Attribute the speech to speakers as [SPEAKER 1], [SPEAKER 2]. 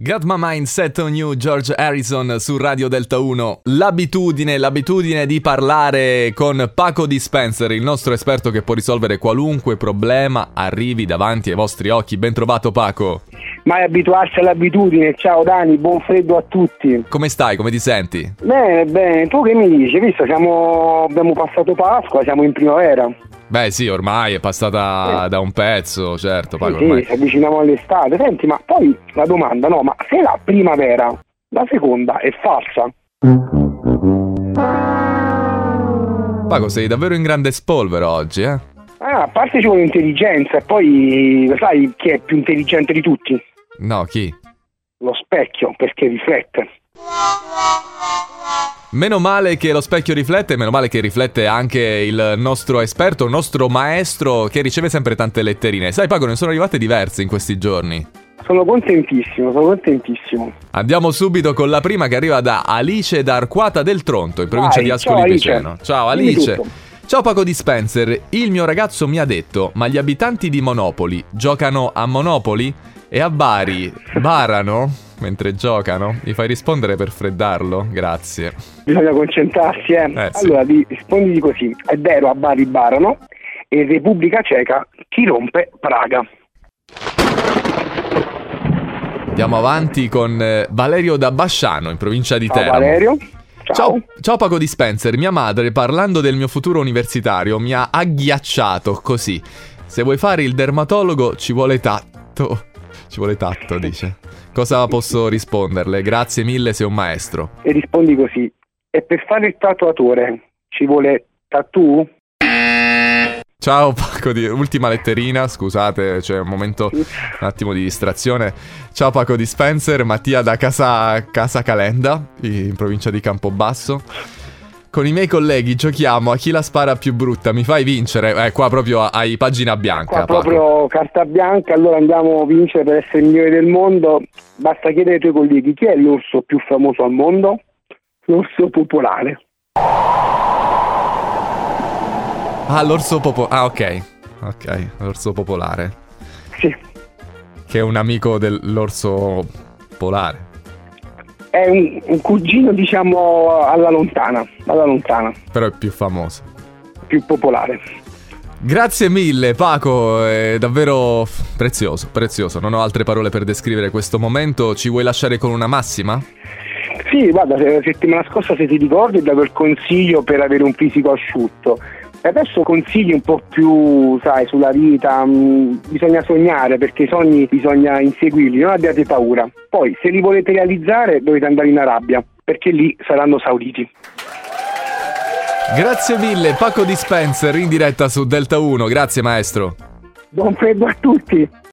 [SPEAKER 1] Got my mindset on you, George Harrison su Radio Delta 1. L'abitudine, l'abitudine di parlare con Paco Dispenser, il nostro esperto che può risolvere qualunque problema arrivi davanti ai vostri occhi. Ben trovato Paco.
[SPEAKER 2] Mai abituarsi all'abitudine. Ciao Dani, buon freddo a tutti.
[SPEAKER 1] Come stai? Come ti senti?
[SPEAKER 2] Bene, bene, tu che mi dici? Visto, siamo, abbiamo passato Pasqua, siamo in primavera.
[SPEAKER 1] Beh sì, ormai è passata da un pezzo, certo Paco
[SPEAKER 2] sì, sì,
[SPEAKER 1] ormai.
[SPEAKER 2] ci avviciniamo all'estate. Senti, ma poi la domanda, no, ma se la primavera, la seconda è falsa.
[SPEAKER 1] Paco sei davvero in grande spolvero oggi, eh?
[SPEAKER 2] Ah, a parte ci vuole intelligenza e poi lo sai chi è più intelligente di tutti?
[SPEAKER 1] No, chi?
[SPEAKER 2] Lo specchio, perché riflette.
[SPEAKER 1] Meno male che lo specchio riflette, meno male che riflette anche il nostro esperto, il nostro maestro che riceve sempre tante letterine. Sai Paco, ne sono arrivate diverse in questi giorni.
[SPEAKER 2] Sono contentissimo, sono contentissimo.
[SPEAKER 1] Andiamo subito con la prima che arriva da Alice da Arquata del Tronto, in provincia
[SPEAKER 2] Vai,
[SPEAKER 1] di Ascoli
[SPEAKER 2] ciao, Alice.
[SPEAKER 1] Piceno. Ciao
[SPEAKER 2] Dimmi
[SPEAKER 1] Alice.
[SPEAKER 2] tutto.
[SPEAKER 1] Ciao Paco Dispenser, il mio ragazzo mi ha detto, ma gli abitanti di Monopoli giocano a Monopoli? E a Bari barano mentre giocano? Mi fai rispondere per freddarlo? Grazie.
[SPEAKER 2] Bisogna concentrarsi, eh.
[SPEAKER 1] Eh, sì.
[SPEAKER 2] Allora, di- risponditi così. È vero, a Bari barano e Repubblica Ceca chi rompe Praga.
[SPEAKER 1] Andiamo avanti con eh, Valerio da Basciano, in provincia di
[SPEAKER 2] Ciao
[SPEAKER 1] Teramo.
[SPEAKER 2] Valerio. Ciao.
[SPEAKER 1] Ciao, ciao Paco Dispenser, mia madre parlando del mio futuro universitario mi ha agghiacciato così. Se vuoi fare il dermatologo ci vuole tatto. Ci vuole tatto, dice. Cosa posso risponderle? Grazie mille, sei un maestro.
[SPEAKER 2] E rispondi così. E per fare il tatuatore ci vuole tattoo?
[SPEAKER 1] Ciao Paco, di... ultima letterina, scusate, c'è un momento, un attimo di distrazione. Ciao Paco Dispenser, Mattia da casa, casa Calenda, in provincia di Campobasso. Con i miei colleghi giochiamo a chi la spara più brutta, mi fai vincere? Eh, qua proprio hai pagina bianca.
[SPEAKER 2] Qua
[SPEAKER 1] Paco.
[SPEAKER 2] proprio carta bianca, allora andiamo a vincere per essere il migliore del mondo. Basta chiedere ai tuoi colleghi chi è l'orso più famoso al mondo? L'orso popolare.
[SPEAKER 1] Ah, l'orso popolare. Ah, ok. Ok, l'orso popolare.
[SPEAKER 2] Sì,
[SPEAKER 1] Che è un amico dell'orso polare.
[SPEAKER 2] è un, un cugino diciamo alla lontana, alla lontana,
[SPEAKER 1] Però è più famoso.
[SPEAKER 2] più popolare.
[SPEAKER 1] Grazie mille Paco, è davvero f- prezioso, prezioso, non ho altre parole per descrivere questo momento, ci vuoi lasciare con una massima?
[SPEAKER 2] Sì, guarda, se- la settimana scorsa se ti ricordi davo il consiglio per avere un fisico asciutto. E adesso consigli un po' più, sai, sulla vita, mh, bisogna sognare perché i sogni bisogna inseguirli, non abbiate paura. Poi se li volete realizzare dovete andare in Arabia perché lì saranno sauditi.
[SPEAKER 1] Grazie mille Paco Dispenser in diretta su Delta 1, grazie maestro.
[SPEAKER 2] Buon freddo a tutti!